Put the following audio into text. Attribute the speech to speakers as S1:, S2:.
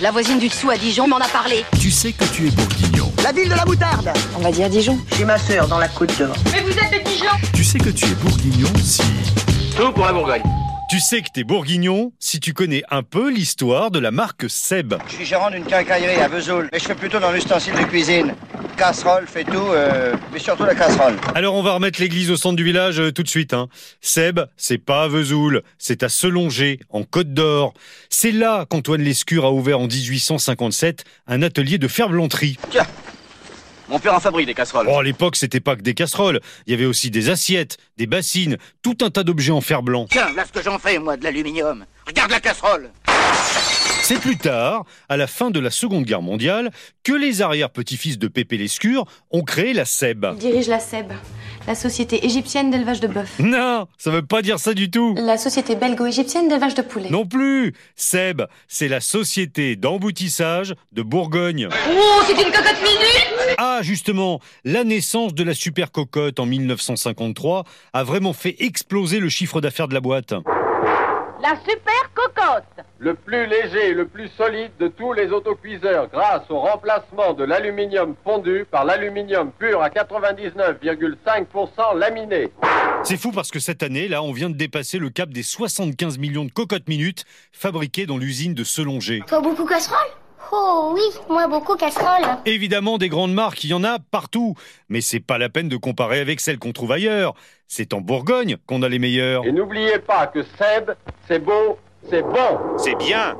S1: La voisine du dessous à Dijon m'en a parlé.
S2: Tu sais que tu es bourguignon.
S3: La ville de la moutarde
S4: On va dire Dijon.
S3: Chez ma sœur, dans la Côte d'Or.
S5: Mais vous êtes de Dijon
S2: Tu sais que tu es bourguignon si...
S6: Tout pour la Bourgogne.
S7: Tu sais que t'es bourguignon si tu connais un peu l'histoire de la marque Seb.
S8: Je suis gérant d'une quincaillerie à Vesoul, mais je fais plutôt dans l'ustensile de cuisine. Casserole, fait tout, euh, mais surtout la casserole.
S7: Alors on va remettre l'église au centre du village euh, tout de suite. Hein. Seb, c'est pas à Vesoul, c'est à Selonger, en Côte d'Or. C'est là qu'Antoine Lescure a ouvert en 1857 un atelier de ferblanterie.
S6: Tiens, mon père en fabrique des casseroles.
S7: Oh, à l'époque, c'était pas que des casseroles. Il y avait aussi des assiettes, des bassines, tout un tas d'objets en fer blanc.
S8: Tiens, là ce que j'en fais, moi, de l'aluminium. Regarde la casserole
S7: C'est plus tard, à la fin de la Seconde Guerre mondiale, que les arrière-petits-fils de Pépé Lescure ont créé la SEB.
S9: Il dirige la SEB, la Société égyptienne d'élevage de bœuf.
S7: Non, ça veut pas dire ça du tout.
S9: La Société belgo-égyptienne d'élevage de poulet.
S7: Non plus SEB, c'est la Société d'emboutissage de Bourgogne.
S5: Oh, c'est une cocotte minute
S7: Ah, justement, la naissance de la super cocotte en 1953 a vraiment fait exploser le chiffre d'affaires de la boîte.
S5: La super cocotte
S10: Le plus léger et le plus solide de tous les autocuiseurs grâce au remplacement de l'aluminium fondu par l'aluminium pur à 99,5% laminé.
S7: C'est fou parce que cette année, là, on vient de dépasser le cap des 75 millions de cocottes minutes fabriquées dans l'usine de Selonger.
S11: Faut beaucoup casserole Oh oui, moi beaucoup casserole.
S7: Évidemment, des grandes marques, il y en a partout. Mais c'est pas la peine de comparer avec celles qu'on trouve ailleurs. C'est en Bourgogne qu'on a les meilleures.
S10: Et n'oubliez pas que Seb, c'est beau, c'est bon.
S7: C'est bien.